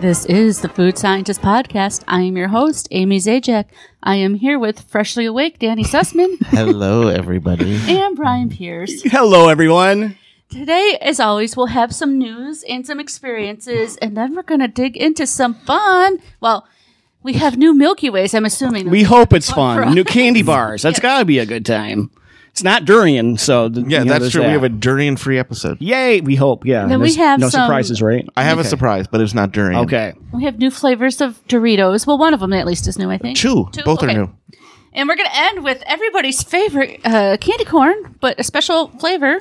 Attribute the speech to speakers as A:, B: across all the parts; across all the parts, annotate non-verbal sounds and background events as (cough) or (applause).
A: This is the Food Scientist Podcast. I am your host, Amy Zajac. I am here with freshly awake Danny
B: (laughs)
A: Sussman
C: Hello, everybody.
A: and Brian Pierce.
B: Hello, everyone.
A: Today, as always, we'll have some news and some experiences, and then we're going to dig into some fun. Well, we have new Milky Ways, I'm assuming.
B: We hope it's fun.
A: Right. (laughs)
B: New candy bars. That's got to be a good time. It's not durian, so th-
C: Yeah,
B: you know,
C: that's
B: there's
C: true. We
B: that.
C: have a durian free episode.
B: yay. We hope. Yeah.
A: Then we
B: There's
A: have
B: no
A: some-
B: surprises, right?
C: I have a surprise, but it's not durian.
B: Okay.
A: We have new flavors of Doritos. Well, one of them at least is new, I think.
C: Two. Both
A: Okay.
C: are new.
A: And we're going to end with everybody's favorite uh, candy corn, but a special flavor.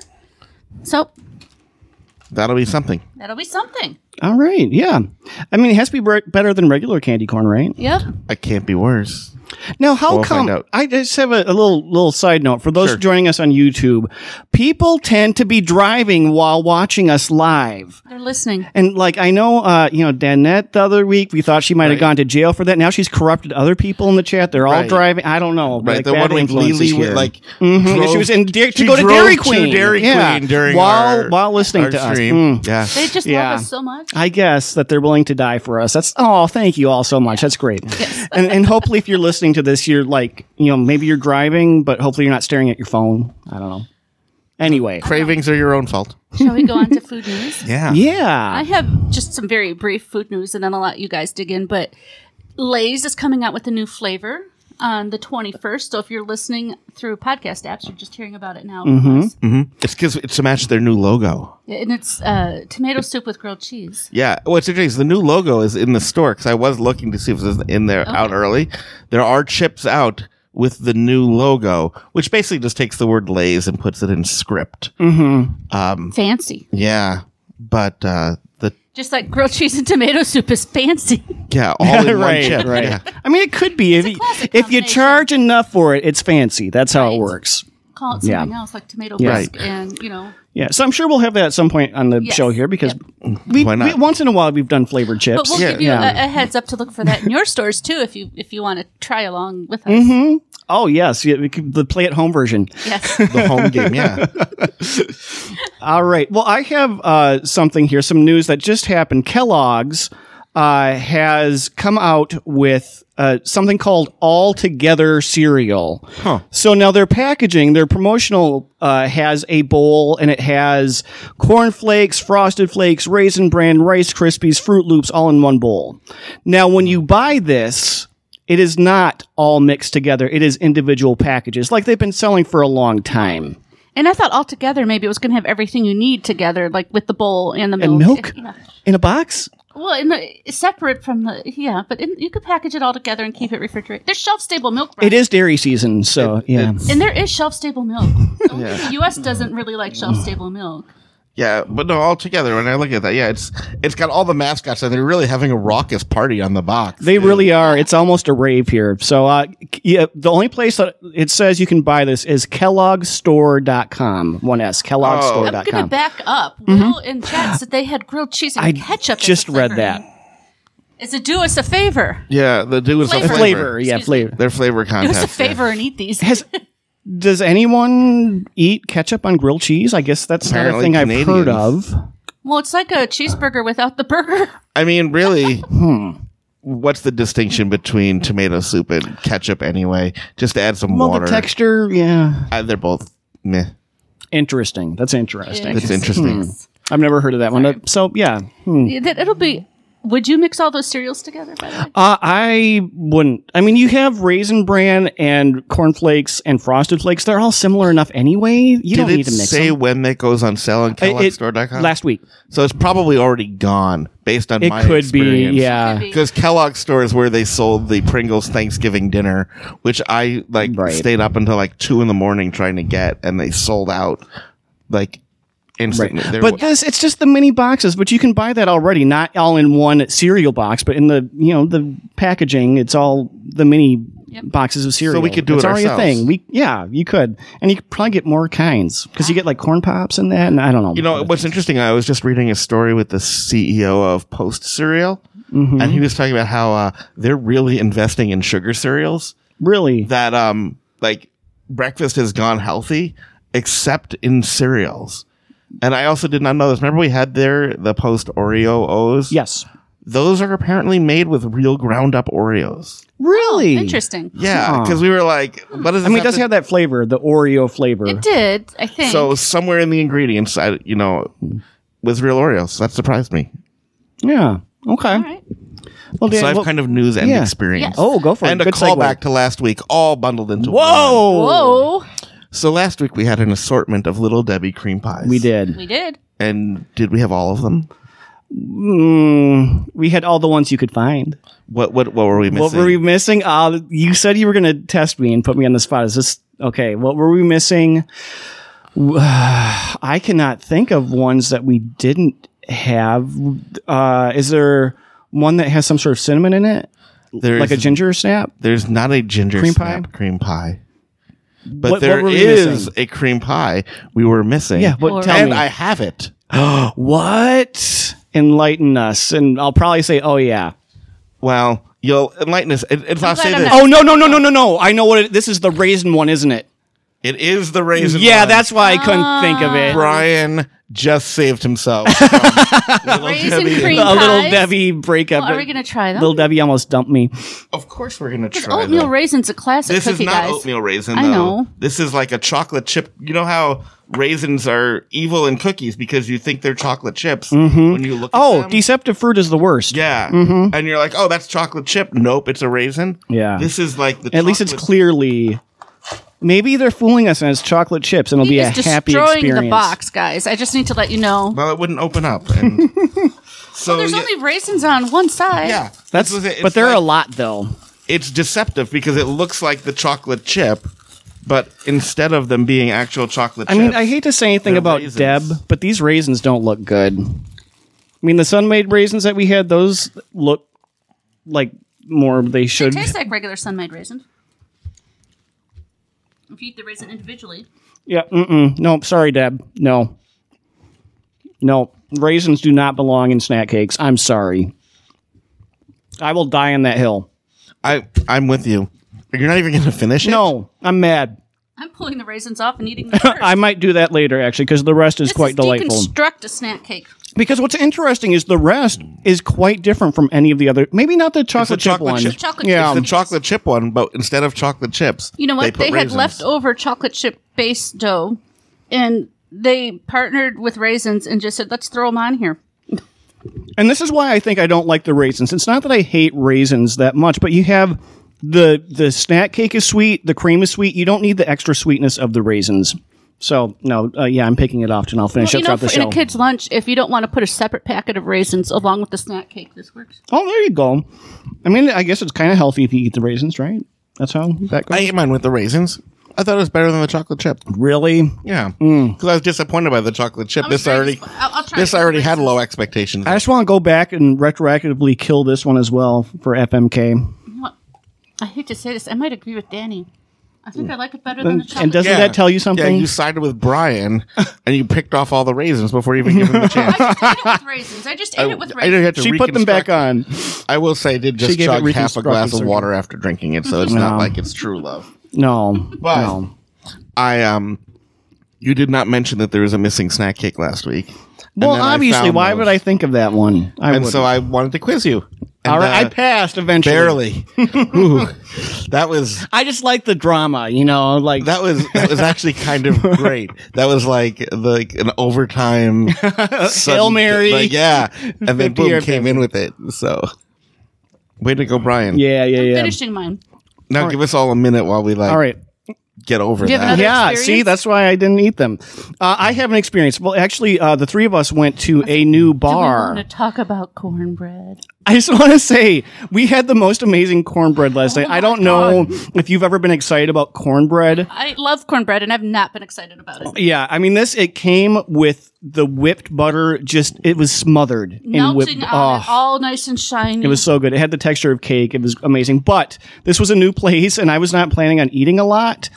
A: So
C: That'll be something.
A: that'll be something.
B: All right. Yeah. I mean, it has to be bre- better than regular candy corn, right?
A: Yep.
C: I can't be worse.
B: Now, how
C: We'll find
B: come?
C: out.
B: I just have a, a little little side note for those
C: Sure.
B: joining us on YouTube. People tend to be driving while watching us live.
A: They're listening.
B: And like I know, uh, you know, Danette the other week we thought she might have
C: Right.
B: gone to jail for that. Now she's corrupted other people in the chat. They're all
C: Right.
B: driving. I don't know.
C: Right,
B: like,
C: the
B: bad
C: one with
B: influences
C: Lily with
B: here.
C: like
B: Mhm.
C: drove-
B: she was in Dairy- to
C: Mm-hmm. she
B: go to
C: drove
B: Dairy Queen.
C: to Dairy
B: Yeah.
C: Queen during
B: While-
C: our-
B: while listening
C: our
B: to us.
C: stream.
B: Mm.
C: Yeah,
A: They just
B: Yeah.
A: love us so much.
B: I guess that they're willing to die for us. That's oh, thank you all so much.
A: (laughs)
B: That's great. and and hopefully, if you're listening to this, you're like you know maybe you're driving, but hopefully you're not staring at your phone. I don't know. Anyway,
C: cravings are your own fault.
A: Shall we go on
B: (laughs)
A: to food news?
C: Yeah,
A: I
B: yeah.
A: have just some very brief food news and then I'll let you guys dig in. But Lay's is coming out with a new flavor on the 21st. So if you're listening through podcast apps, you're just hearing about it now.
B: Mm-hmm.
C: it's because it's to match their new logo.
A: And it's uh, tomato soup with grilled cheese.
C: Yeah, what's interesting is the new logo is in the store because I was looking to see if it was in there out early. There are chips out with the new logo, which basically just takes the word Lay's and puts it in script.
A: Mm. Fancy.
C: Yeah, but uh, the
A: Just like grilled cheese and tomato soup is fancy. (laughs)
C: (laughs) yeah all in
B: right,
C: one chip.
B: right.
C: Yeah.
B: I mean, it could be if you,
A: classic
B: if you
A: combination.
B: charge enough for it, it's fancy. That's how it
A: Right.
B: works.
A: Call it
B: Yeah.
A: something else like tomato
B: Yeah.
A: bisque and, you know.
B: Yeah, so I'm sure we'll have that at some point on the
A: Yes.
B: show here because we,
C: Why not?
B: we- once in a while we've done flavored
A: But
B: chips.
A: we'll
C: Yeah.
A: give you
B: Yeah.
A: a, a heads up to look for that in your stores too if you if you want to try along with us.
B: oh yes, yeah, we could, the play at home version.
A: Yes.
C: the home game. Yeah,
B: All right. Well, I have uh, something here, some news that just happened. Kellogg's uh, has come out with uh, something called All Together cereal. So now their packaging, their promotional uh, has a bowl and it has corn flakes, frosted flakes, raisin bran, rice krispies, Fruit Loops, all in one bowl. Now, when you buy this. It is not all mixed together. It is individual packages, like they've been selling for a long time.
A: And I thought altogether maybe it was going to have everything you need together, like with the bowl and the milk.
B: milk?
A: Yeah.
B: In a box?
A: Well, in the separate from the yeah, but in, you could package it all together and keep it refrigerated. There's shelf stable milk. Brian.
B: It is dairy season, so yeah.
A: and there is shelf stable
B: (laughs)
A: milk. The U.S. doesn't really like
B: Mm.
A: shelf stable milk.
C: (laughs) yeah, but no, all together. When I look at that, yeah, it's it's got all the mascots, and they're really having a raucous party on the box.
B: They really are. It's almost a rave here. So, uh, c- yeah, the only place that it says you can buy this is kelloggstore.com. One S,
A: I'm
C: Oh.
A: going to
B: kelloggstore.com.
A: back up. Will and Chad said they had grilled cheese and
B: Mm-hmm. I
A: ketchup. as
B: just
A: the
B: read
A: flavoring.
B: that.
A: Is it do us a favor?
C: yeah, the do is
A: Flavor.
C: the
B: Flavor,
C: flavor.
B: yeah,
A: Excuse me.
B: flavor.
C: Their flavor
A: Do
C: contest.
A: us a
C: yeah.
A: favor and eat these.
B: Has, does anyone eat ketchup on grilled cheese? I guess that's not a
C: Apparently
B: thing I've heard
C: Canadians.
B: of.
A: Well, it's like a cheeseburger without the burger.
C: I mean, really,
B: Hmm.
C: what's the distinction between tomato soup and ketchup anyway? Just add some
B: Well,
C: water.
B: the texture, yeah.
C: Uh, they're both meh.
B: Interesting. That's interesting.
C: That's
B: Hmm.
C: interesting.
B: I've never heard of that one. Uh, So, yeah. Hmm.
A: Yeah, That it'll be. Would you mix all those cereals together? By the way,
B: Uh, I wouldn't. I mean, you have raisin bran and cornflakes and frosted flakes. They're all similar enough anyway. You don't
C: Did
B: need
C: it
B: to mix
C: say
B: them.
C: when that goes on sale on
B: It- it-
C: KelloggStore.com?
B: last week.
C: so it's probably already gone based on
B: It
C: my
B: could be.
C: experience.
B: Yeah.
A: Could be.
C: Because Kellogg's store is where they sold the Pringles Thanksgiving dinner, which I like
B: Right.
C: stayed up until like two in the morning trying to get, and they sold out like instantly. There
B: But
C: wa-
B: this, it's just the mini boxes, but you can buy that already, not all in one cereal box, but in the, you know, the packaging, it's all the mini boxes of cereal.
C: we could do
B: it's
C: it
B: already
C: ourselves.
B: a thing. We, yeah, you could. And you could probably get more kinds because
A: Ah.
B: you get like corn pops and that. And I don't know.
C: you know what's interesting? I was just reading a story with the CEO of Post Cereal,
B: Mm-hmm.
C: and he was talking about how uh, they're really investing in sugar cereals.
B: really.
C: That um, like breakfast has gone healthy, except in cereals. And I also did not know this. Remember, we had there the Post Oreo O's.
B: yes.
C: Those are apparently made with real ground up Oreos.
B: Really?
A: Oh, Interesting.
C: Yeah,
B: Huh.
C: because we were like, what does
B: I mean,
C: this
B: it does
C: have
B: have that flavor, the Oreo flavor.
A: It did, I
C: to-
A: think.
C: so somewhere in the ingredients, I you know, was real Oreos. That surprised me.
B: Yeah. Okay.
A: All right.
B: Well, Dan,
C: so I have
B: well-
C: kind of news and
B: yeah.
C: experience.
A: Yes.
B: oh, go for it.
C: And a
B: Good segue.
C: callback to last week, all bundled into one.
B: Whoa.
A: Whoa.
C: So last week we had an assortment of Little Debbie cream pies.
B: We did.
A: We did.
C: And did we have all of them?
B: Mm, we had all the ones you could find.
C: What what what were we missing?
B: What were we missing? Uh, you said you were going to test me and put me on the spot. Is this okay? What were we missing? (sighs) I cannot think of ones that we didn't have. Uh, is there one that has some sort of cinnamon in it,
C: There's-
B: like a ginger snap?
C: There's not a ginger
B: Cream pie?
C: snap cream pie. But
B: What- what
C: there
B: were we
C: is
B: missing?
C: a cream pie we were missing.
B: Yeah, but
A: Or-
B: tell
C: and
B: me.
C: I have it.
B: what? Enlighten us, and I'll probably say, "Oh yeah."
C: Well, you'll enlighten us. It, it's, I'll
A: glad
C: say
A: I'm
C: this.
A: not-
B: Oh no, no, no, no, no, no! I know what it, this is. The raisin one, isn't it?
C: It is the raisin.
B: Yeah,
C: one.
B: that's why I couldn't think of it.
C: Brian just saved
B: (laughs)
C: himself. from Little
A: Raisin
C: Debbie.
A: cream
B: A little
A: Pies?
B: Debbie breakup.
A: Well, are we going to try them?
B: Little Debbie almost dumped me.
C: Of course, we're gonna try.
A: Oatmeal
C: them.
A: raisin's a classic
C: This is
A: cookie,
C: not
A: guys.
C: oatmeal raisin. Though.
A: I know.
C: This is like a chocolate chip. You know how raisins are evil in cookies because you think they're chocolate chips when you look.
B: Oh,
C: at them.
B: deceptive fruit is the worst.
C: Um, Yeah. And you're like, oh, that's chocolate chip. Nope, it's a raisin.
B: Yeah.
C: This is like the.
B: At least it's
C: chocolate-
B: clearly. Maybe they're fooling us and it's chocolate chips and it'll
A: He
B: be a
A: is
B: happy
A: destroying
B: experience.
A: the box, guys. I just need to let you know.
C: Well, it wouldn't open
B: (laughs)
C: up. And so
A: There's
C: yeah,
A: only raisins on one side.
C: yeah.
B: That's,
C: This is it.
B: but
C: It's
B: there are a
C: like-
B: lot though.
C: It's deceptive because it looks like the chocolate chip, but instead of them being actual chocolate.
B: I mean,
C: chips-
B: I hate to say anything
C: They're
B: about
C: raisins.
B: Deb, but these raisins don't look good. I mean, the sun-made raisins that we had, those look like more they
A: They
B: should.
A: taste like regular sun-made raisins. If you eat the raisin individually,
B: yeah. Mm-mm. No, sorry, Deb. No. No, raisins do not belong in snack cakes. I'm sorry. I will die on that hill.
C: I I'm with you. You're not even gonna finish it.
B: No, I'm mad.
A: I'm pulling the raisins off and
B: (laughs)
A: eating them first.
B: I might do that later, actually, because the rest is
A: This
B: quite
A: is
B: delightful.
A: Deconstruct a snack cake.
B: because what's interesting is the rest is quite different from any of the other. Maybe not the chocolate chip
C: chocolate
B: one.
C: chip.
A: Chocolate
B: yeah,
A: chip.
C: The um, chocolate chip one, but instead of chocolate chips,
A: You know what?
C: put
A: They, had
C: raisins.
A: leftover chocolate chip base dough, and they partnered with raisins and just said, "Let's throw them on here."
B: and this is why I think I don't like the raisins. It's not that I hate raisins that much, but you have the the snack cake is sweet, the cream is sweet. You don't need the extra sweetness of the raisins. So no, uh, yeah, I'm picking it off, and I'll finish
A: Well,
B: up
A: you know,
B: throughout the
A: for in
B: show.
A: a kid's lunch, if you don't want to put a separate packet of raisins along with the snack cake, this works.
B: oh, there you go. I mean, I guess it's kind of healthy if you eat the raisins, right? That's how that goes.
C: I ate mine with the raisins. I thought it was better than the chocolate chip.
B: really?
C: Yeah, because I was disappointed by the chocolate chip.
A: Mm. I'm
C: This
A: sorry,
C: already,
A: I'll- I'll try
C: this
A: it.
C: already had low expectations.
B: I just want to go back and retroactively kill this one as well for FMK.
A: What? I hate to say this, I might agree with Danny. I think I like it better than the chocolate.
B: Mm. And doesn't that tell you something?
C: Yeah, you sided with Brian,
A: (laughs)
C: and you picked off all the raisins before you even giving him the chance.
A: I just ate it with raisins. I
B: (laughs)
A: just ate it with
C: I didn't
A: raisins.
C: have to
B: she put them back
C: reconstruct-
B: on.
C: I will say, I did
B: She
C: just
B: gave it
C: chug half a glass
B: reconstructive
C: of water after drinking it, so it's not
B: No.
C: like it's true love.
B: No,
C: But-
B: no.
C: I um, you did not mention that there was a missing snack cake last week. And
B: Well,
C: then I
B: obviously,
C: found
B: why
C: those.
B: would I think of that one? I
C: And
B: wouldn't.
C: so I wanted to quiz you. And,
B: All right,
C: uh,
B: I passed eventually.
C: barely. (laughs) Ooh, that was
B: I just like the drama, you know, like
C: That was that was actually kind
B: (laughs)
C: of great. That was like the, like an
B: (laughs)
C: overtime
B: Hail
C: sudden-
B: Mary.
C: like, yeah, and
B: (laughs)
C: then
B: 50
C: boom
B: or
C: came in with it. So way to go, Brian.
B: yeah, yeah, yeah.
A: Finishing mine.
C: Now give us all a minute while we like
B: All right.
C: get over
A: Do you have
C: that.
A: another-
B: Yeah,
A: experience?
B: see, that's why I didn't eat them. Uh, I have an experience. Well, actually, uh, the three of us went to a new
A: Do we
B: bar.
A: want to talk about cornbread?
B: I just want to say we had the most amazing cornbread
A: Oh
B: last night. I don't know if you've ever been excited about cornbread.
A: I love cornbread, and I've not been excited about it.
B: Yeah, I mean this. It came with the whipped butter. Just it was smothered in whipped.
A: Melting on it,
B: oh,
A: all nice and shiny.
B: it was so good. It had the texture of cake. It was amazing. But this was a new place, and I was not planning on eating a lot.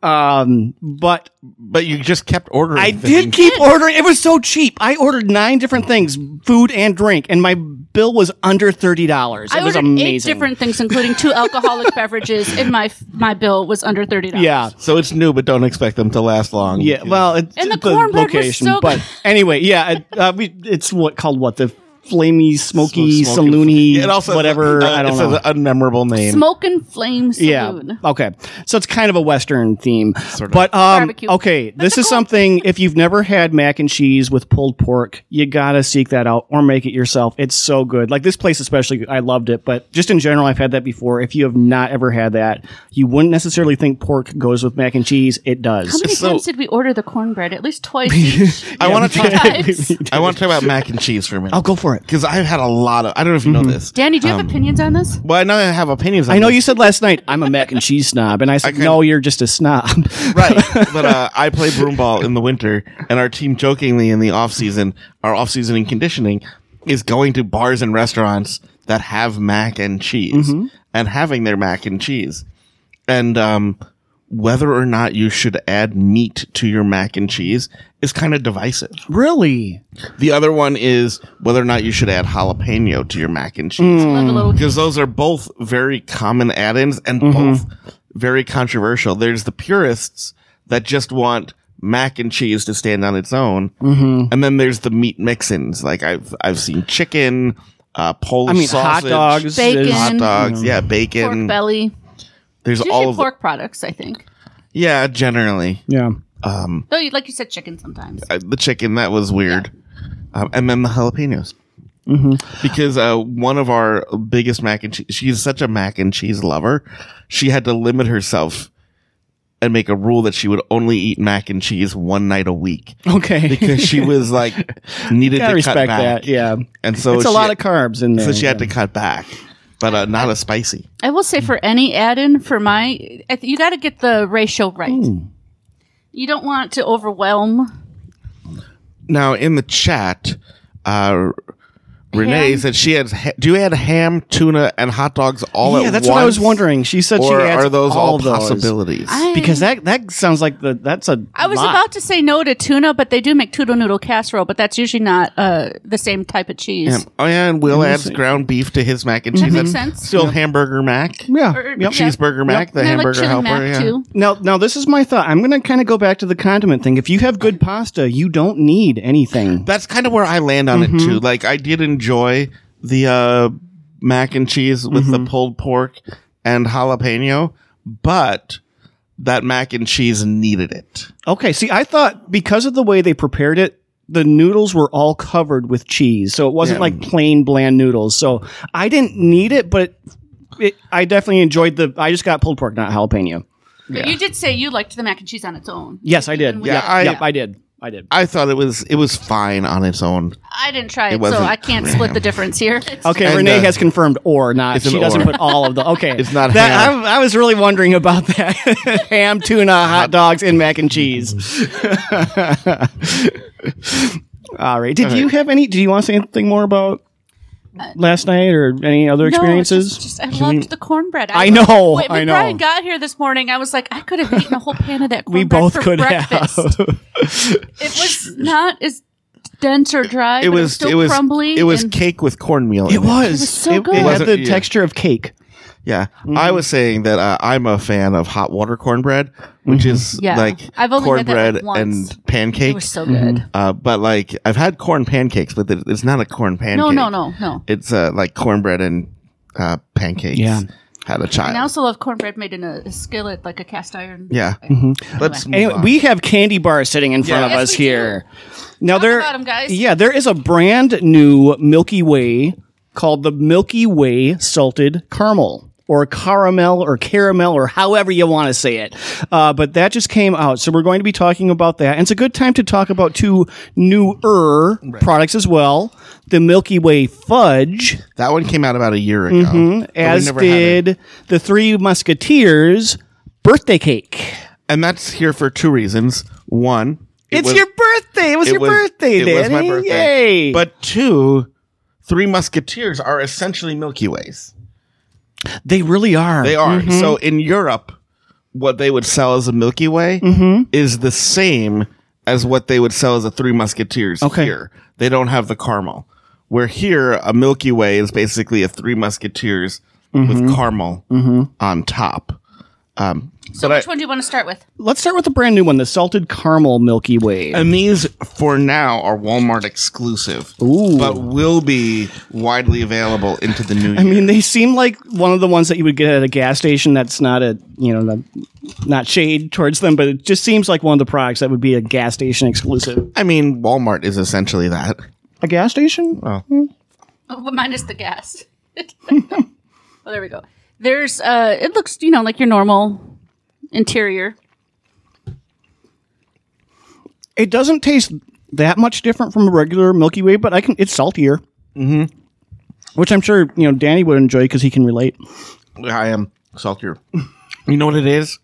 B: Um, but
C: But you just kept ordering.
B: I
C: things.
B: did keep ordering. It was so cheap. I ordered nine different things, food and drink, and my bill was under thirty dollars. It
A: I
B: was
A: ordered eight
B: amazing.
A: different things, including two
B: (laughs)
A: alcoholic beverages, and my my bill was under thirty dollars.
B: yeah.
C: So it's new, but don't expect them to last long.
B: Yeah, well, it,
A: And the cornbread was so
B: location,
A: good.
B: but anyway, yeah, it, uh, we, it's what called what the flamey, smoky,
C: Smoking-
B: saloony,
C: Yeah, it also-
B: whatever.
C: uh,
B: I
C: it
B: don't
C: says
B: know.
C: an unmemorable name.
A: Smoke and Flame
B: Yeah.
A: Saloon.
B: Okay. So it's kind of a Western theme.
C: Sort of.
B: But um,
A: Barbecue.
B: okay, this is something if you've never had mac and cheese with pulled pork, you gotta seek that out or make it yourself. It's so good. Like this place especially, I loved it. But just in general, I've had that before. If you have not ever had that, you wouldn't necessarily think pork goes with mac and cheese. It
A: How
B: does.
A: many
C: (laughs) So-
A: times did we order the cornbread? At least
C: (laughs)
A: twice. each.
C: I want to talk.
A: Times.
C: I want to talk about mac and cheese for a minute. (laughs)
B: I'll go for it.
C: because I've had a lot of. I don't know if you know this.
A: Danny, do you have
C: Um,
A: opinions on this?
C: Well, I know I have opinions. On
B: I know
C: this.
B: you (laughs) said last night I'm a mac and cheese snob, and I said
C: kinda-
B: no, you're just a snob.
C: (laughs)
B: (laughs)
C: right, but uh, I play broomball in the winter, and our team jokingly in the off season, our off season in conditioning is going to bars and restaurants that have mac and cheese
B: Mm-hmm.
C: and having their mac and cheese, and um, whether or not you should add meat to your mac and cheese is kind of divisive.
B: really?
C: The other one is whether or not you should add jalapeno to your mac and cheese.
A: Love a little-
C: because those are both very common add-ins and
B: Mm-hmm.
C: both very controversial. There's the purists that just want mac and cheese to stand on its own,
B: Mm-hmm.
C: and then there's the meat mix-ins. Like I've I've seen chicken, uh, Polish
B: I mean,
C: sausage,
B: hot dogs,
A: Bacon.
B: is-
C: hot dogs, yeah, bacon.
A: Mm-hmm. Pork belly.
C: There's
A: It's
C: all
A: usually
C: of the-
A: pork products, I think.
C: yeah, generally
B: yeah.
A: Though, you- like you said, chicken sometimes.
C: uh, the chicken that was weird, um, and then the jalapenos.
B: Mm-hmm.
C: Because uh, one of our biggest mac and cheese, she's such a mac and cheese lover, she had to limit herself and make a rule that she would only eat mac and cheese one night a
B: (laughs)
C: week
B: Okay.
C: because she was like needed
B: Gotta
C: to cut
B: respect
C: back.
B: that. Yeah.
C: and so
B: it's a
C: she-
B: lot of carbs in there.
C: so she had
B: yeah.
C: to cut back, but uh, not as spicy.
A: I will say for any add-in for my, I th- you got to get the ratio right.
C: Hmm.
A: You don't want to overwhelm.
C: Now in the chat, uh, Renee
A: Ham?
C: said she has. Ha- do you add ham, tuna, and hot dogs all at once?
B: yeah, that's what I was wondering. She said
C: Or
B: she adds
C: are those all,
B: all, those.
C: possibilities?
A: I,
B: Because that that sounds like the that's a.
A: I was
B: lot.
A: about to say no to tuna, but they do make tuna noodle casserole, but that's usually not uh, the same type of
C: Yeah.
A: cheese.
C: Oh yeah, and Will adds ground beef to his mac and cheese.
A: makes
C: That's
A: sense.
C: Still hamburger mac,
B: Yeah.
A: Or-
B: yep.
A: yeah.
C: cheeseburger mac, the
A: And I like
C: hamburger
A: chili
C: helper.
A: mac
C: yeah.
A: too.
B: Now, now this is my thought. I'm going to kind of go back to the condiment thing. If you have good pasta, you don't need anything.
C: That's kind of where I land on it too. Like I did enjoy the uh, mac and cheese with the pulled pork and jalapeno, but that mac and cheese needed it.
B: Okay. See, I thought because of the way they prepared it, the noodles were all covered with cheese, so it wasn't
C: Yeah.
B: like plain bland noodles. So I didn't need it, but it, I definitely enjoyed the. I just got pulled pork, not jalapeno.
A: But you did say you liked the mac and cheese on its own.
B: Yes, I did.
A: Even
B: Yep,
A: with-
C: Yeah, I-
B: yep, I did. I did.
C: I thought it was it was fine on its own.
A: I didn't try it, so
C: wasn't-
A: I can't split the difference here.
B: Okay,
C: And,
B: Renee
C: uh,
B: has confirmed or not.
C: it's an
B: She doesn't
C: or.
B: put all of the. Okay,
C: (laughs) It's not
B: that.
C: ham.
B: I, I was really wondering about that (laughs) ham, tuna, hot dogs, and mac and cheese. (laughs) all right. Did you have any? Do you want to say anything more about last night or any other
A: No,
B: experiences?
A: it's just, just, I loved the cornbread.
B: I know,
A: Wait, when
B: I know.
A: Brian got here this morning, I was like, I could have eaten a whole pan of that.
B: (laughs) we
A: Cornbread
B: both
A: for
B: could
A: breakfast.
B: have. (laughs)
A: It was not as dense or dry.
C: It was
A: still
C: it was
A: crumbly.
C: it was
A: and-
C: cake with cornmeal.
B: it
C: in
B: was.
A: so
B: it,
A: good.
B: it had
C: Wasn't-
B: the
C: yeah.
B: texture of cake.
C: Yeah, I
A: Mm-hmm.
C: was saying that uh, I'm a fan of hot water cornbread, which is
A: Mm-hmm. Yeah.
C: like
A: I've only had that,
C: cornbread
A: like, once.
C: and
A: it was
C: pancakes.
A: so
B: Mm-hmm.
A: good.
C: uh, but like I've had corn pancakes, but it- it's not a corn pancake.
A: No, no, no, no.
C: It's uh, like cornbread and uh, pancakes.
B: Yeah.
C: had a
A: And
C: child.
A: I also love cornbread made in a skillet, like a cast iron.
C: yeah,
B: Mm-hmm.
C: let's move
B: Anyway,
C: on.
B: we have candy bars sitting in front
C: Yeah.
B: of
A: Yes,
B: us
A: we do.
B: here. Now
A: Talk
B: there,
A: about 'em, guys.
B: yeah, there is a brand new Milky Way called the Milky Way Salted Caramel. Or caramel, or caramel, or however you want to say it, uh, but that just came out, so we're going to be talking about that. And it's a good time to talk about two newer products as well: the Milky Way Fudge,
C: that one came out about a year ago. but we
B: as
C: never had it.
B: did the Three Musketeers Birthday Cake.
C: and that's here for two reasons. One, it
B: it's
C: was-
B: your birthday. It was
C: it
B: your
C: was-
B: birthday,
C: it was my
B: Danny.
C: birthday.
B: Yay!
C: but two, Three Musketeers are essentially Milky Ways.
B: they really are.
C: They are.
B: Mm-hmm.
C: So in Europe, what they would sell as a Milky Way
B: Mm-hmm.
C: is the same as what they would sell as a Three Musketeers
B: Okay.
C: here. They don't have the caramel. Where here, a Milky
B: Mm-hmm.
C: Way is basically a Three Musketeers with caramel on top. Um,
A: So
C: but I-
A: which one do you want to start with? (laughs)
B: Let's start with the brand new one, the salted caramel Milky Way.
C: and these for now are Walmart exclusive,
B: Ooh.
C: but will be widely available into the new year.
B: I mean, they seem like one of the ones that you would get at a gas station. That's not a you know not, not shade towards them, but it just seems like one of the products that would be a gas station exclusive.
C: I mean, Walmart is essentially that.
B: A gas station?
A: Oh, but minus the gas. (laughs) well, there we go. There's uh it looks, you know, like your normal interior.
B: It doesn't taste that much different from a regular Milky Way, but I can. It's saltier, mm-hmm. which I'm sure you know Danny would enjoy because he can relate.
C: I am saltier. You know what it is?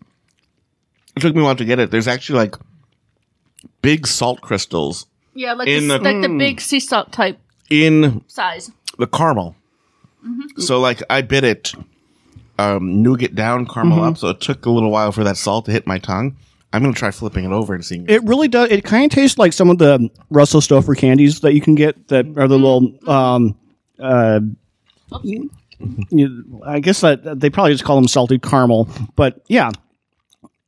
C: It took me a while to get it. There's actually like big salt crystals
A: Yeah, like
C: In
A: the,
C: the-
A: like
C: Hmm.
A: the big sea salt type
C: in
A: size.
C: the caramel.
B: Mm-hmm.
C: So like I bit it um nougat down, caramel
B: Mm-hmm.
C: up, so it took a little while for that salt to hit my tongue. I'm gonna try flipping it over and seeing
B: It really does. It kind of tastes like some of the Russell Stover candies that you can get that are the
C: Mm-hmm.
B: little. Um, uh, you- I guess that they probably just call them salted caramel, but yeah,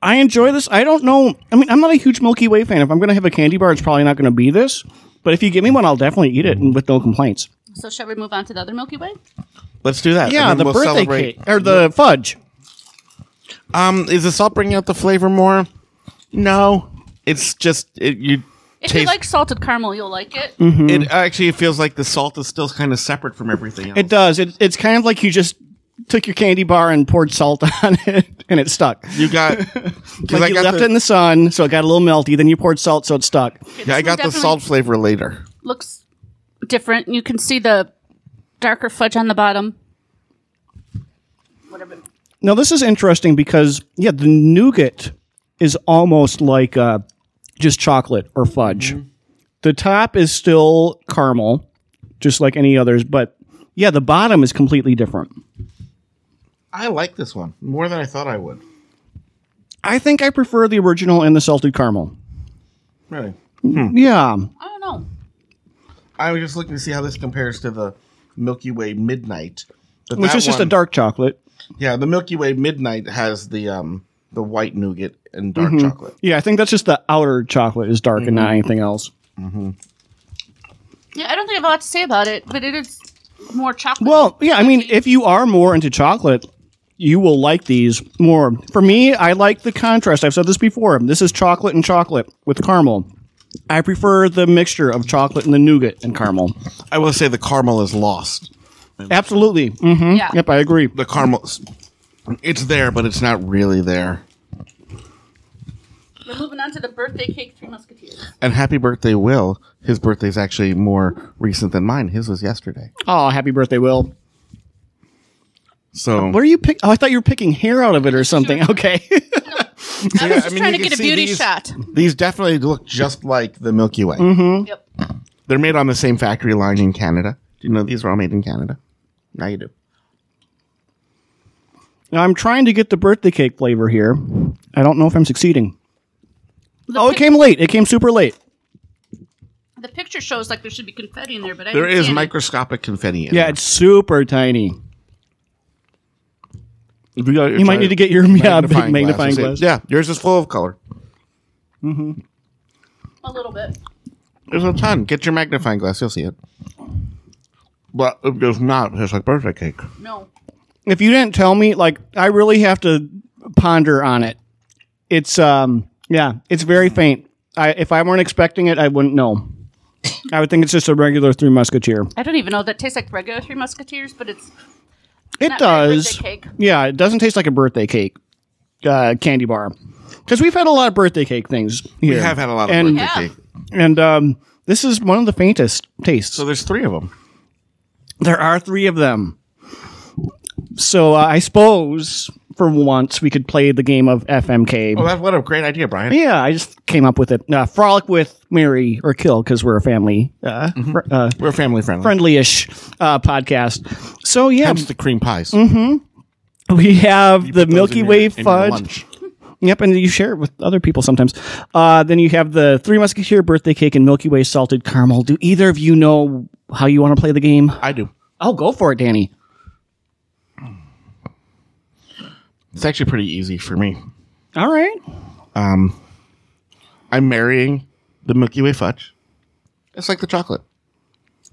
B: I enjoy this. I don't know. I mean, I'm not a huge Milky Way fan. If I'm going to have a candy bar, it's probably not going to be this. But if you give me one, I'll definitely eat it and with no complaints.
A: So shall we move on to the other Milky Way?
C: Let's do that.
B: Yeah,
C: and
B: the
C: then we'll
B: birthday
C: celebrate.
B: cake or the fudge.
C: Um, is the salt bringing out the flavor more? No, it's just it, you.
A: If you
C: taste- Mm,
A: like salted caramel, you'll like it.
C: it actually feels like the salt is still kind of separate from everything else.
B: Hmm. It does. It, it's kind of like you just took your candy bar and poured salt (laughs) on it, and it stuck.
C: you
B: (laughs)
C: got because
B: Like
C: I
B: you
C: got
B: left
C: the,
B: it in the sun, so it got a little melty. Then you poured salt, so it stuck.
C: yeah, I
A: This one
C: got the
A: definitely
C: salt flavor later.
A: Looks different. You can see the darker fudge on the bottom. Whatever.
B: Now this is interesting because yeah, the nougat is almost like uh, just chocolate or fudge. The top is still caramel, just like any others, but yeah, the bottom is completely different.
C: I like this one more than I thought I would.
B: I think I prefer the original and the salted caramel.
C: Really,
B: Hmm. Yeah,
A: I don't know.
C: I was just looking to see how this compares to the Milky Way Midnight, but
B: which
C: that
B: is just a
C: one-
B: dark chocolate.
C: Yeah, the Milky Way Midnight has the um the white nougat and dark
B: Mm-hmm.
C: chocolate.
B: Yeah, I think that's just the outer chocolate is dark and not anything else.
A: Yeah, I don't think I have a lot to say about it, but it is more chocolate.
B: Well, yeah, I mean, if you are more into chocolate, you will like these more. For me, I like the contrast. I've said this before. This is chocolate and chocolate with caramel. I prefer the mixture of chocolate and the nougat and caramel.
C: I will say the caramel is lost.
B: Absolutely. hmm
A: yeah.
B: Yep, I agree.
C: The caramel, it's there, but it's not really there.
A: We're moving on to the birthday cake, Three Musketeers.
C: And happy birthday, Will. His birthday's actually more recent than mine. His was yesterday.
B: Oh, happy birthday, Will.
C: So
B: What are you pick? Oh, I thought you were picking hair out of it or something. Okay.
A: I
B: (laughs)
C: yeah,
A: was just
C: I mean,
A: trying to
C: you can
A: get a
C: see
A: beauty
C: these-
A: shot.
C: These definitely look just like the Milky Way.
A: Yep.
C: They're made on the same factory line in Canada. Do you know these were all made in Canada? Now you do.
B: now, I'm trying to get the birthday cake flavor here. I don't know if I'm succeeding.
A: The
B: Oh, it
A: pic-
B: came late. It came super late.
A: The picture shows like there should be confetti in there, but I
C: There
A: didn't
C: is
A: see any.
C: microscopic confetti in
B: Yeah, it's super tiny.
C: If You, got your
B: You might
C: giant
B: need to get your yeah, (laughs) big magnifying
C: to
B: glass.
C: see- Yeah, yours is full of color.
A: a little bit.
C: There's a ton. Get your magnifying glass. You'll see it. But if there's not, it's like birthday cake.
A: No.
B: if you didn't tell me, like I really have to ponder on it. It's um yeah, it's very faint. I if I weren't expecting it, I wouldn't know. I would think it's just a regular Three Musketeer.
A: I don't even know. That tastes like regular Three Musketeers, but it's
B: It
A: Not very
B: does.
A: birthday cake.
B: Yeah, it doesn't taste like a birthday cake uh, candy bar because we've had a lot of birthday cake things. Here.
C: We have had a lot of
B: and,
C: birthday
A: Yeah.
C: cake.
B: and um, this is one of the faintest tastes.
C: So there's three of them.
B: There are three of them. So uh, I suppose for once we could play the game of FMK.
C: Well, that, what a great idea, Brian.
B: Yeah, I just came up with it. Uh, frolic with Mary or kill because we're a family uh,
C: Uh-huh.
B: fr- uh,
C: We're family friendly.
B: friendly-ish uh, podcast. So yeah,
C: Hence the cream pies.
B: we have Mm-hmm. the
C: Put those
B: Milky
C: in your-
B: Way
C: in your
B: fudge.
C: lunch.
B: Yep, and you share it with other people sometimes. Uh, then you have the Three Musketeer birthday cake and Milky Way salted caramel. Do either of you know how you want to play the game?
C: I do.
B: Oh, go for it, Danny.
C: It's actually pretty easy for me.
B: All right.
C: I'm marrying the Milky Way fudge. It's like the chocolate.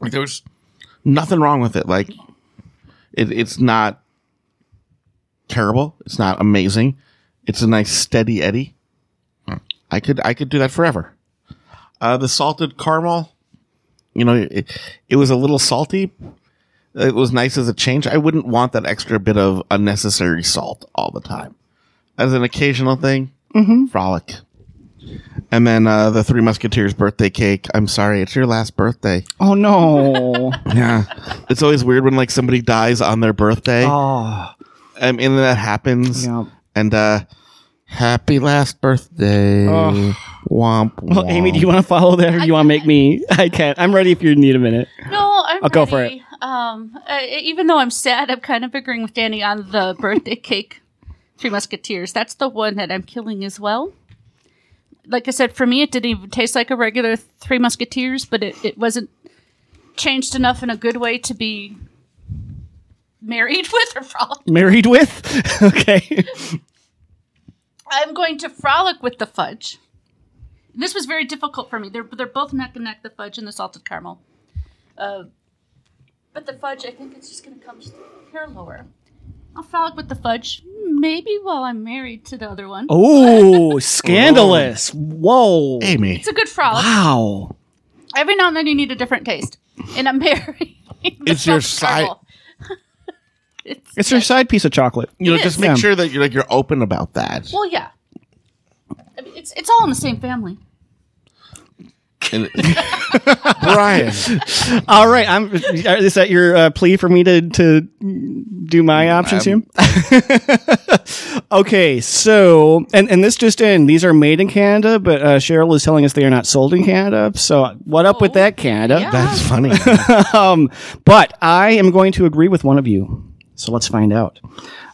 C: Like there's nothing wrong with it. Like it, it's not terrible. It's not amazing. It's a nice steady eddy. I could I could do that forever. Uh, the salted caramel, you know, it, it was a little salty. It was nice as a change. I wouldn't want that extra bit of unnecessary salt all the time. As an occasional thing, frolic. And then uh, the Three Musketeers birthday cake. I'm sorry, it's your last birthday. (laughs)
B: Oh no.
C: Yeah, it's always weird when like somebody dies on their birthday.
B: oh.
C: Um, and that happens.
B: Yeah.
C: And uh, happy last birthday.
B: Oh.
C: Womp.
B: Well, Amy, do you want to follow that, or do you want to make me? I can't. I'm ready if you need a minute.
A: No, I'm
B: I'll go for
A: ready. Um, uh, even though I'm sad, I'm kind of agreeing with Danny on the birthday cake, Three Musketeers. That's the one that I'm killing as well. Like I said, for me, it didn't even taste like a regular Three Musketeers, but it, it wasn't changed enough in a good way to be married (laughs) with or frolic.
B: Married with? (laughs) okay.
A: I'm going to frolic with the fudge. This was very difficult for me. They're they're both neck and neck, the fudge and the salted caramel. Uh, but the fudge, I think it's just going to come just here lower. I'll frolic with the fudge, maybe while I'm married to the other one.
B: (laughs) Oh, scandalous! Whoa!
C: Amy?
A: It's a good frolic.
B: Wow!
A: Every now and then you need a different taste, and I'm (laughs) married.
C: It's your side-
A: (laughs) it's,
B: It's your side piece of chocolate.
C: You know,
A: It
C: just
A: is.
C: make
B: Yeah.
C: sure that you're like you're open about that.
A: well, yeah. I mean, it's it's all in the same family.
C: (laughs) And-
B: (laughs)
C: Brian,
B: All right, I'm. Is that your uh, plea for me to to do my options here? (laughs) okay, so and and this just in: these are made in Canada, but uh, Cheryl is telling us they are not sold in Canada. So what up with
A: Oh,
B: that, Canada?
A: yeah.
C: that's funny.
B: (laughs) um, but I am going to agree with one of you. So let's find out.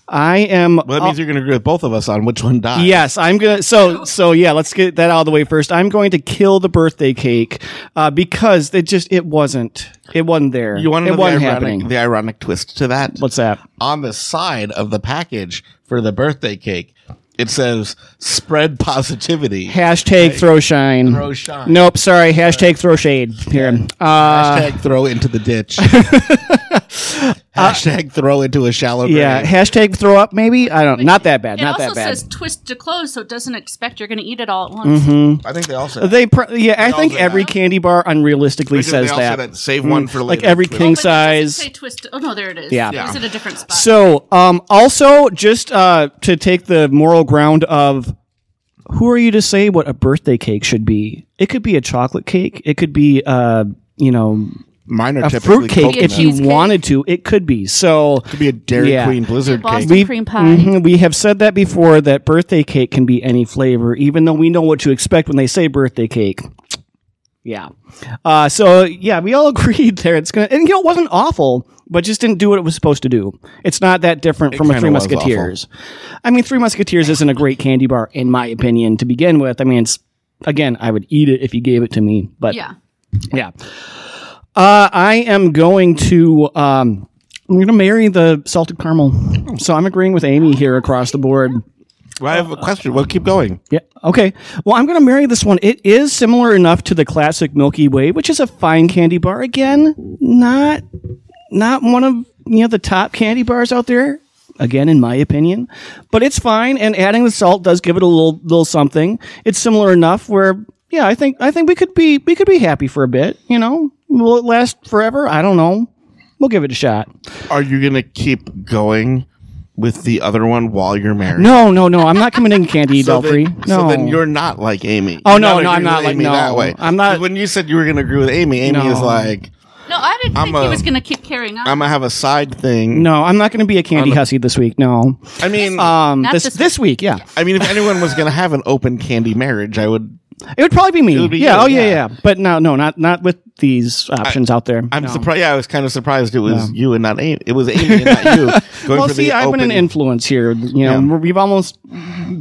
B: I am.
C: Well, that means you're going to agree with both of us on which one died.
B: Yes, I'm gonna. So, so yeah, let's get that out of the way first. I'm going to kill the birthday cake uh, because it just it wasn't it wasn't there.
C: You want to
B: it
C: know the
B: wasn't
C: ironic,
B: happening.
C: the ironic twist to that?
B: What's that?
C: on the side of the package for the birthday cake, it says spread positivity.
B: Hashtag throw shine.
C: Throw shine.
B: Nope, sorry. Hashtag throw shade here. Uh,
C: Hashtag throw into the
B: (laughs)
C: ditch. (laughs) Hashtag throw into a shallow grave.
B: yeah, hashtag throw up maybe. I don't. Not that bad.
A: It
B: Not
A: also
B: that bad.
A: says twist to close, so it doesn't expect you're going to eat it all at once.
C: I think they also
B: they pr- yeah, I think
C: also
B: every
C: have-
B: candy bar unrealistically
C: because they
B: says
C: also
B: that. Mm.
C: said save one for
B: like
C: later.
B: every
C: Twist.
A: Oh,
B: king-
A: but it doesn't
B: size.
A: say twist. Oh no, there it is.
B: Yeah.
A: It was in a different spot.
B: So, um, also just uh, to take the moral ground of who are you to say what a birthday cake should be? It could be a chocolate cake. It could be, uh, you know,
C: Mine are
B: a
C: typically
B: fruit cake if
C: coconut.
B: you
A: Cheesecake.
B: wanted to. It could be. So
C: Could be a Dairy
B: Yeah.
C: Queen blizzard
A: Boston
C: cake.
B: We-
A: cream pie.
B: Mhm, we have said that before that birthday cake can be any flavor, even though we know what to expect when they say birthday cake. Yeah. Uh, so yeah, we all (laughs) agreed there. It's gonna, and you know, it wasn't awful, but just didn't do what it was supposed to do. It's not that different from a
C: kinda
B: Three
C: was
B: Musketeers. I mean, Three Musketeers isn't a great candy bar in my opinion to begin with. I mean, it's again, I would eat it if you gave it to me, but
A: Yeah.
B: yeah. Uh, I am going to. Um, I'm going to marry the salted caramel. So I'm agreeing with Amy here across the board.
C: Well, I have a question. Well, keep going.
B: Yeah. Okay. Well, I'm going to marry this one. It is similar enough to the classic Milky Way, which is a fine candy bar. Again, not not one of you know the top candy bars out there. Again, in my opinion, but it's fine. And adding the salt does give it a little little something. It's similar enough where yeah, I think I think we could be we could be happy for a bit. You know, will it last forever? I don't know. We'll give it a shot.
C: Are you going to keep going with the other one while you're married?
B: No, no, no. I'm not committing
C: (laughs)
B: candy,
C: So
B: Delphi.
C: then, so
B: no.
C: then you're not like Amy.
B: Oh,
C: You're
B: no, no, I'm
C: agreeing
B: not
C: with
B: like-
C: Amy
B: no.
C: that way.
B: I'm not-
C: When you said you were going to agree with Amy, Amy
B: No.
C: is like,
A: No, I didn't
C: I'm
A: think
C: a-
A: he was going to keep carrying on.
C: I'm gonna have a side thing.
B: no, I'm not going to be a candy hussy this week. No.
C: I mean,
B: (laughs) Um,
A: Not
B: this
A: this
B: this week, yeah.
C: I mean, if anyone was gonna have an open candy marriage, I would.
B: It would probably be me.
C: would be
B: yeah.
C: you,
B: oh, yeah, yeah,
C: yeah.
B: But no, no, not not with these options out there.
C: I'm
B: no.
C: surprised. Yeah, I was kind of surprised it was you and not Amy. It was Amy and not
B: (laughs)
C: you. Going
B: Well,
C: for
B: see,
C: the
B: I've
C: open
B: been an influence here. You know,
C: Yeah.
B: we've almost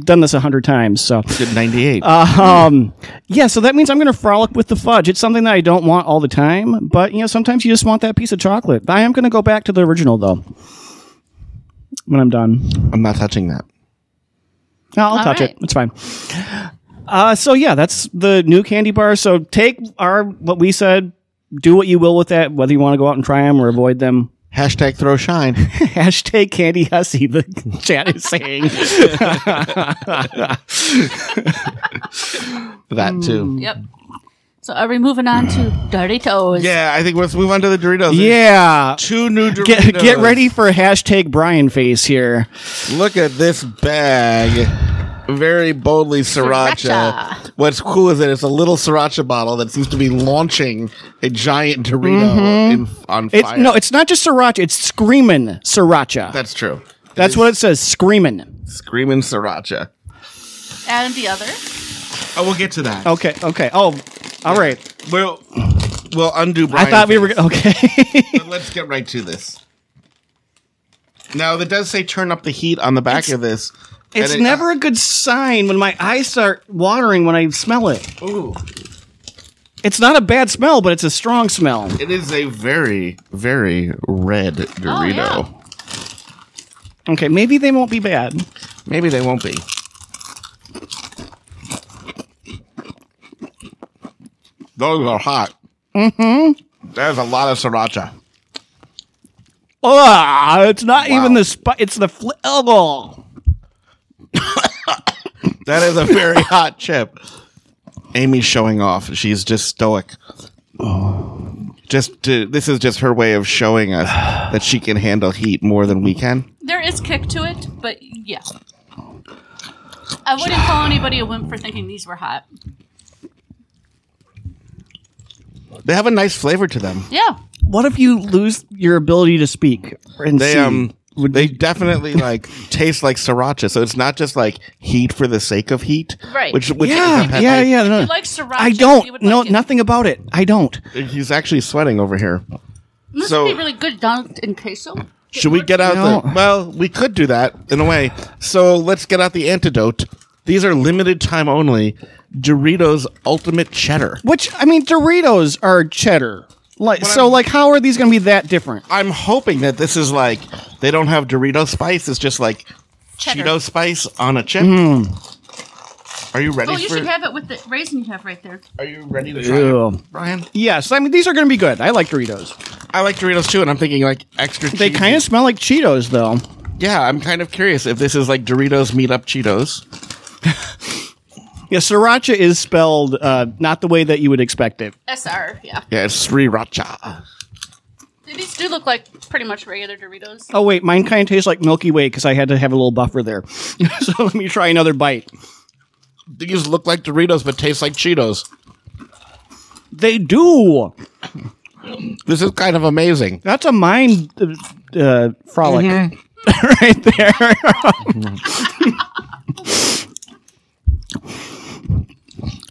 B: done this a hundred times. So,
C: (laughs) '98.
B: um, yeah. So that means I'm going to frolic with the fudge. It's something that I don't want all the time, but you know, sometimes you just want that piece of chocolate. I am going to go back to the original though. When I'm done,
C: I'm not touching that.
B: No, I'll
A: All
B: touch
A: right.
B: it. It's fine. Uh, so yeah, that's the new candy bar. So take our what we said. Do what you will with that, whether you want to go out and try them or avoid them. (laughs)
C: Hashtag throw shine. (laughs)
B: Hashtag candy hussy. The (laughs) chat is saying.
C: That
B: Mm.
C: too.
A: Yep. So are we moving on to Doritos?
C: Yeah, I think let's move on to the Doritos. There's
B: yeah.
C: Two new Doritos.
B: Get get ready for hashtag Brian face here.
C: Look at this bag. Very boldly sriracha.
A: Sriracha.
C: What's cool is that it's a little sriracha bottle that seems to be launching a giant Dorito in, on
B: Mm-hmm. It's
C: fire.
B: no, it's not just sriracha. It's screaming sriracha.
C: that's true.
B: That's what it says. Screaming.
C: Screaming sriracha.
A: And the other.
C: Oh, we'll get to that.
B: Okay. Okay. Oh, all right.
C: We'll, we'll undo
B: I
C: Brian.
B: thought we were (laughs) okay.
C: But let's get right to this. Now, that does say turn up the heat on the back of this. and
B: It's
C: it-
B: never a good sign when my eyes start watering when I smell it.
C: Ooh.
B: It's not a bad smell, but it's a strong smell.
C: It is a very, very red
B: Oh,
C: Dorito.
A: yeah.
B: Okay, maybe they won't be bad.
C: Maybe they won't be. Those are hot. Mm-hmm. There's a lot of sriracha.
B: Ah, it's not
C: Wow.
B: even the spi- it's the fl- oh.
C: That is a very hot chip. Amy's showing off. She's just stoic. Just to, this is just her way of showing us that she can handle heat more than we can.
A: There is kick to it, but yeah. I wouldn't call anybody a wimp for thinking these were hot.
C: They have a nice flavor to them.
A: Yeah.
B: What if you lose your ability to speak and
C: They
B: see?
C: um
B: Would-
C: they definitely like taste like sriracha. So it's not just like heat for the sake of heat.
A: Right.
C: Which which is
B: yeah,
C: a-
B: yeah, yeah.
A: If
B: No.
A: you like sriracha,
B: I
A: you
B: don't.
A: would
B: No,
A: like it.
B: nothing about it. I don't.
C: He's actually sweating over here.
A: This
C: So-
A: would be really good done in queso.
C: Should we get out
B: No.
C: the? Well, we could do that in a way. So let's get out the antidote. These are limited time only. Doritos Ultimate Cheddar.
B: Which I mean, Doritos are cheddar. Like so,
C: I'm-
B: like how are these going to be that different?
C: I'm hoping that this is like they don't have Dorito spice. It's just like
A: Cheddar.
C: Cheeto spice on a chip.
B: Hmm.
C: Are you ready
A: Oh, you
C: for?
A: should have it with the raisin you have right there.
C: are you ready to try,
B: Ew.
C: it, Brian?
B: Yes, I mean these are going to be good. I like Doritos.
C: I like Doritos too, and I'm thinking like extra.
B: They
C: cheesy.
B: kind of smell like Cheetos though.
C: yeah. I'm kind of curious if this is like Doritos meet up Cheetos.
B: Yeah, sriracha is spelled uh, not the way that you would expect it.
A: SR, yeah.
C: Yeah, it's sriracha.
A: These do look like pretty much regular Doritos.
B: Oh wait, mine kind of tastes like Milky Way because I had to have a little buffer there. (laughs) so let me try another bite.
C: These look like Doritos but taste like Cheetos.
B: They do.
C: This is kind of amazing.
B: That's a mind uh, uh, frolic
C: Mm-hmm.
B: (laughs) right there. (laughs)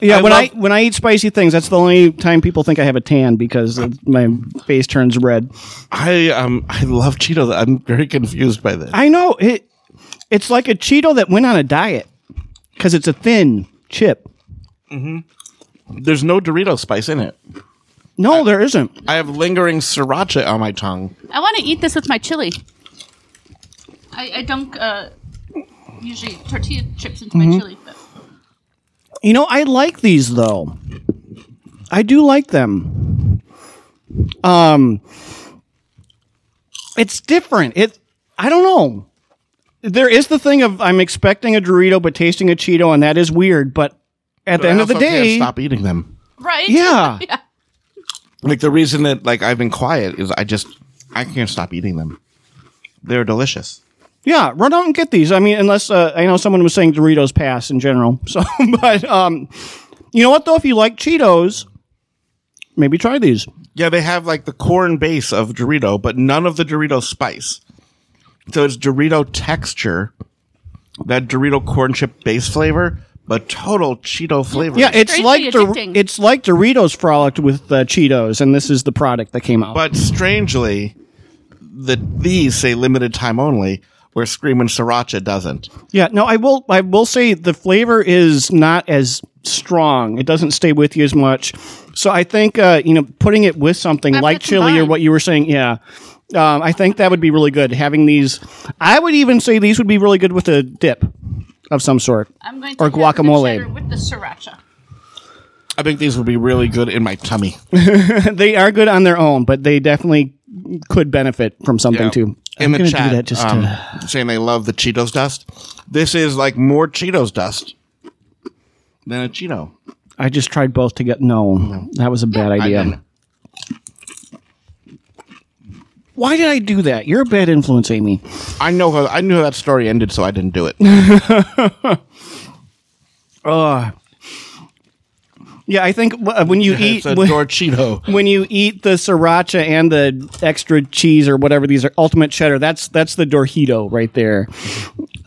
B: yeah,
C: I
B: when I
C: love-
B: when I eat spicy things, that's the only time people think I have a tan because my face turns red.
C: I um I love Cheetos. I'm very confused by this.
B: I know it. It's like a Cheeto that went on a diet because it's a thin chip.
C: There's no Dorito spice in it.
B: No, there isn't.
C: I have lingering sriracha on my tongue.
A: I want to eat this with my chili. I, I dunk uh, usually tortilla chips into my chili. But
B: You know, I like these though. I do like them. Um, it's different. It. I don't know. There is the thing of I'm expecting a Dorito but tasting a Cheeto, and that is weird. But at the end of the day,
C: stop eating them.
A: right?
B: Yeah.
A: (laughs) yeah.
C: Like the reason that like I've been quiet is I just I can't stop eating them. They're delicious.
B: Yeah, run out and get these. I mean, unless uh, I know someone was saying Doritos pass in general. (laughs) So, but um, you know what though? If you like Cheetos, maybe try these.
C: Yeah, they have like the corn base of Dorito, but none of the Dorito spice. So it's Dorito texture, that Dorito corn chip base flavor, but total Cheeto flavor.
B: Yeah, it's
A: Strangely
B: like Dor-
A: addicting.
B: it's like Doritos frolicked with uh, Cheetos, and this is the product that came out.
C: But strangely, the these say limited time only, where Screamin' Sriracha doesn't.
B: yeah, no, I will I will say the flavor is not as strong. It doesn't stay with you as much. So I think uh, you know putting it with something
A: Have
B: like
A: it
B: chili or
A: combined.
B: what you were saying, yeah. Um, I think that would be really good. Having these, I would even say these would be really good with a dip. of some sort.
A: I'm going to
B: Or
A: have the
B: guacamole. (laughs)
A: cheddar with the sriracha.
C: I think these would be really good in my tummy.
B: they are good on their own, but they definitely could benefit from something too.
C: In
B: I'm
C: the
B: gonna
C: chat,
B: do that just uh,
C: um,
B: to,
C: saying they love the Cheetos dust. This is like more Cheetos dust than a Cheeto.
B: I just tried both to get no. That was a bad
C: I
B: idea.
C: didn't.
B: Why did I do that? You're a bad influence, Amy.
C: I know how, I knew how that story ended, so I didn't do
B: (laughs)
C: it.
B: Yeah, I think uh, when you eat
C: it's a
B: when,
C: door Cheeto.
B: when you eat the sriracha and the extra cheese or whatever these are, ultimate cheddar. That's that's the dorhito right there.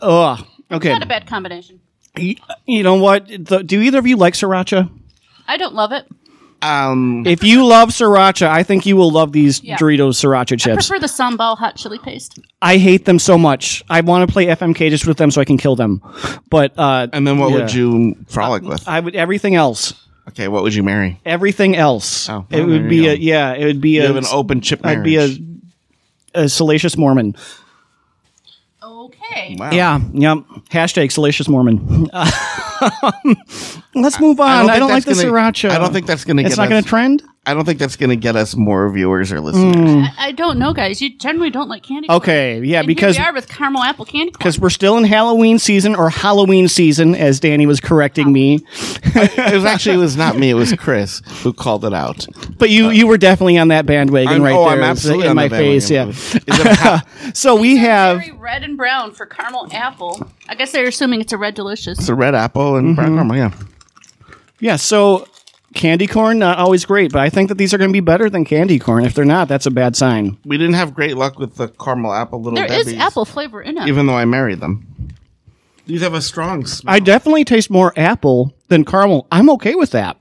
B: Ugh. Okay.
A: Not a bad combination.
B: Y- You know what? The- do either of you like sriracha?
A: I don't love it.
C: Um,
B: If you love sriracha, I think you will love these
A: Yeah.
B: Doritos sriracha
A: I
B: chips.
A: prefer the sambal hot chili paste.
B: I hate them so much. I want to play FMK just with them so I can kill them. But uh,
C: and then what would
B: yeah.
C: you frolic with?
B: I would everything else.
C: Okay, what would you marry?
B: Everything else.
C: Oh,
B: it
C: well,
B: would
C: there
B: be
C: you
B: a
C: go.
B: yeah. It would be
C: You
B: a.
C: have an open chip marriage.
B: I'd be a, a salacious Mormon.
A: Okay.
C: Wow.
B: Yeah. Yep. Hashtag salacious Mormon. (laughs) Let's move on. I don't, like
C: think that's
B: the
C: gonna-
B: sriracha.
C: I don't think that's gonna
B: It's
C: get
B: not going
C: us-
B: to trend.
C: I don't think that's going to get us more viewers or listeners.
A: I, I don't know, guys. You generally don't like candy. corn.
B: Okay. Yeah.
A: And
B: because
A: here we are with caramel apple candy corn.
B: because we're still in Halloween season or Halloween season, as Danny was correcting me.
C: it was actually it was not me. It was Chris who called it out.
B: But
C: Uh,
B: you you were definitely on that bandwagon right there. It's in
C: oh, on
B: my
C: the
B: face. Yeah.
C: bandwagon. Is it (laughs) pa-
B: So we have
A: Very red and brown for caramel apple. I guess they're assuming it's a red delicious.
C: it's a red apple and brown normal. Yeah.
B: yeah. So candy corn not always great, but I think that these are going to be better than candy corn. If they're not, that's a bad sign.
C: We didn't have great luck with the caramel apple little
A: There is
C: Debbie's,
A: apple flavor in it.
C: even though I married them. These have a strong smell.
B: I definitely taste more apple than caramel. I'm okay with that.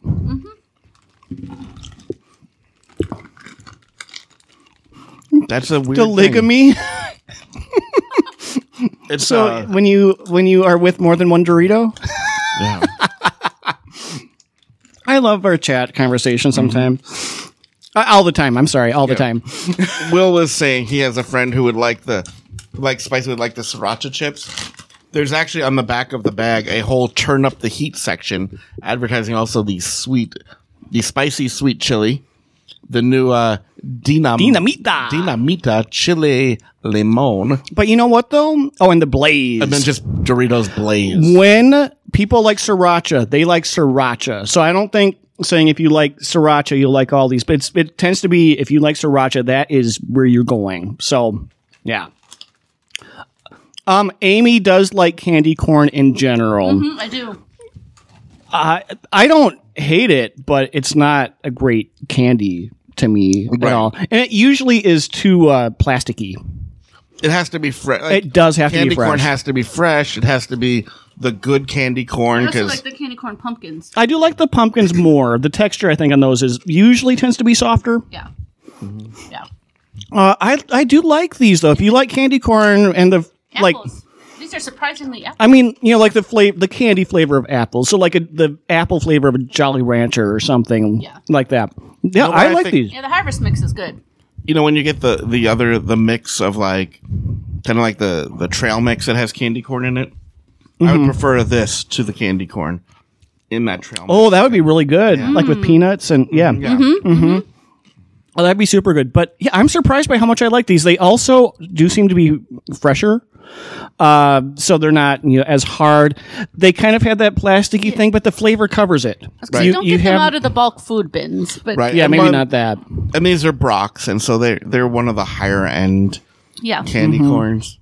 C: That's a weird thing.
B: Polygamy.
C: (laughs) It's
B: So
C: uh,
B: when you when you are with more than one Dorito, (laughs)
C: yeah.
B: I love our chat conversation
C: Mm-hmm.
B: sometimes. Uh, all the time. I'm sorry, all the time.
C: Will was saying he has a friend who would like the like spicy would like the sriracha chips. There's actually on the back of the bag a whole turn up the heat section advertising also the sweet the spicy sweet chili, the new uh dinam-
B: Dinamita.
C: dinamita chili limon,
B: But you know what though? Oh, and the blaze.
C: and then just Doritos Blaze.
B: when people like sriracha, they like sriracha. So I don't think saying if you like sriracha, you'll like all these. But it's, it tends to be if you like sriracha, that is where you're going. So yeah. Um, Amy does like candy corn in general.
A: Mm, I do.
B: I I don't hate it, but it's not a great candy to me
C: Right.
B: at all. And it usually is too uh, plasticky.
C: It has to be fresh.
B: It does have to
C: candy
B: be fresh.
C: corn has to be fresh. It has to be the good candy corn
A: I also
C: because
A: like the candy corn pumpkins.
B: I do like the pumpkins more. The texture I think on those is usually tends to be softer.
A: Yeah. Yeah.
B: Uh, I I do like these though. If you like candy corn and the like,
A: Apples. These are surprisingly apple.
B: I mean, you know, like the flavor, the candy flavor of apples. So like a, the apple flavor of a Jolly Rancher or something
A: Yeah.
B: like that. Yeah,
C: No, but
B: I,
C: I
B: like
C: think-
B: these.
A: Yeah, the harvest mix is good.
C: you know when you get the the other the mix of like kind of like the the trail mix that has candy corn in it i would prefer this to the candy corn in that trail mix.
B: Oh, that would be really good.
A: Mm.
B: Like with peanuts and yeah.
C: yeah
B: Oh, that'd be super good. But yeah, I'm surprised by how much I like these. They also do seem to be fresher. Uh, so they're not you know, as hard. They kind of had that plasticky thing, but the flavor covers it.
A: So don't get them out of the bulk food bins, but
C: right
B: yeah,
C: And
B: maybe
C: one-
B: not that.
C: and these are brocks and so they're they're one of the higher end
A: yeah.
C: candy corns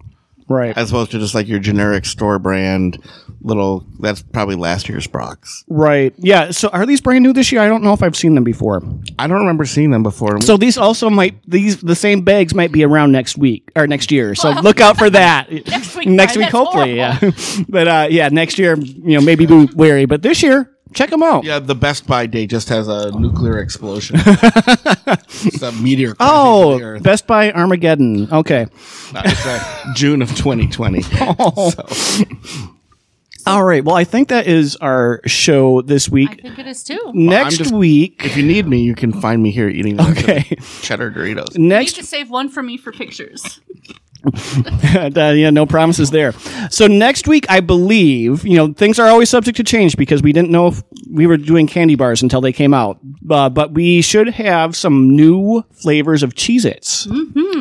B: Right.
C: as opposed to just like your generic store brand little that's probably last year's brocks
B: Right. Yeah. So are these brand new this year? I don't know if I've seen them before.
C: i don't remember seeing them before
B: So these also might these the same bags might be around next week or next year. So look out for that.
A: (laughs) Next week,
B: (laughs) Next
A: Brian, that's
B: week, hopefully. Yeah. (laughs) but uh, yeah, next year, you know, maybe be wary. But this year, check them out.
C: yeah the best buy day just has a nuclear (laughs) explosion it's a meteor crashing to the
B: Oh,
C: Earth.
B: Best Buy Armageddon. Okay.
C: No, it's, uh, June of
B: (laughs)
C: 2020.
B: Oh. All right. Well, I think that is our show this week.
A: I think it is too.
B: next
C: just-
B: week.
C: If you need me, you can find me here eating lots of
B: Okay.
C: cheddar Doritos.
A: You need
B: Next
A: to save one for me for pictures.
B: And, (laughs) uh, yeah, no promises there. So next week, I believe you know things are always subject to change because we didn't know if we were doing candy bars until they came out. Uh, but we should have some new flavors of Cheez-Its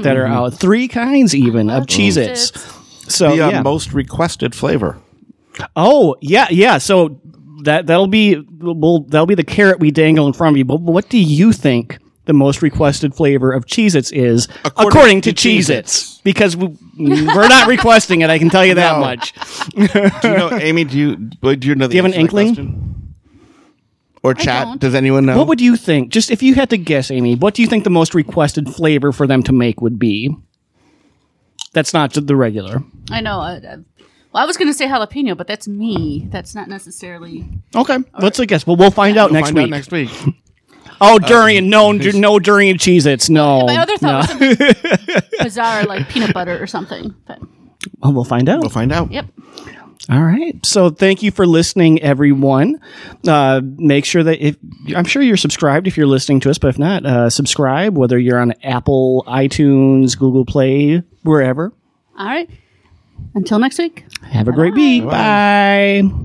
B: that are out. Three kinds even of Cheez-Its. So
C: The uh,
B: oh, yeah.
C: most requested flavor.
B: Oh yeah, yeah. So that that'll be well, that'll be the carrot we dangle in front of you. But what do you think the most requested flavor of Cheez-Its is according, to,
C: to
B: Cheez-Its?
C: Cheez-Its.
B: Because we, we're not requesting it, I can tell you that
C: No.
B: much.
C: Do you know, Amy? Do you do you know? The
B: you have an
C: answer to that
B: inkling?
C: question? Or chat?
A: don't.
C: Does anyone know?
B: What would you think? Just if you had to guess, Amy, what do you think the most requested flavor for them to make would be? That's not the regular.
A: I know. I, I, well, I was going to say jalapeno, but that's me. That's not necessarily.
B: Okay, what's the guess? Well, we'll find out
C: We'll
B: next
C: find
B: week.
C: out next Uh, week.
B: oh,
C: (laughs)
B: durian! No, du- no durian Cheez-Its. No.
A: My other
B: no. (laughs)
A: thought was something bizarre, like peanut butter or something. But
B: Well, we'll find out.
C: We'll find out.
A: yep.
B: All right. So thank you for listening, everyone. Uh, make sure that if I'm sure you're subscribed if you're listening to us, but if not, uh, subscribe whether you're on Apple, iTunes, Google Play, wherever.
A: All right. Until next week.
B: Have a great week. Bye.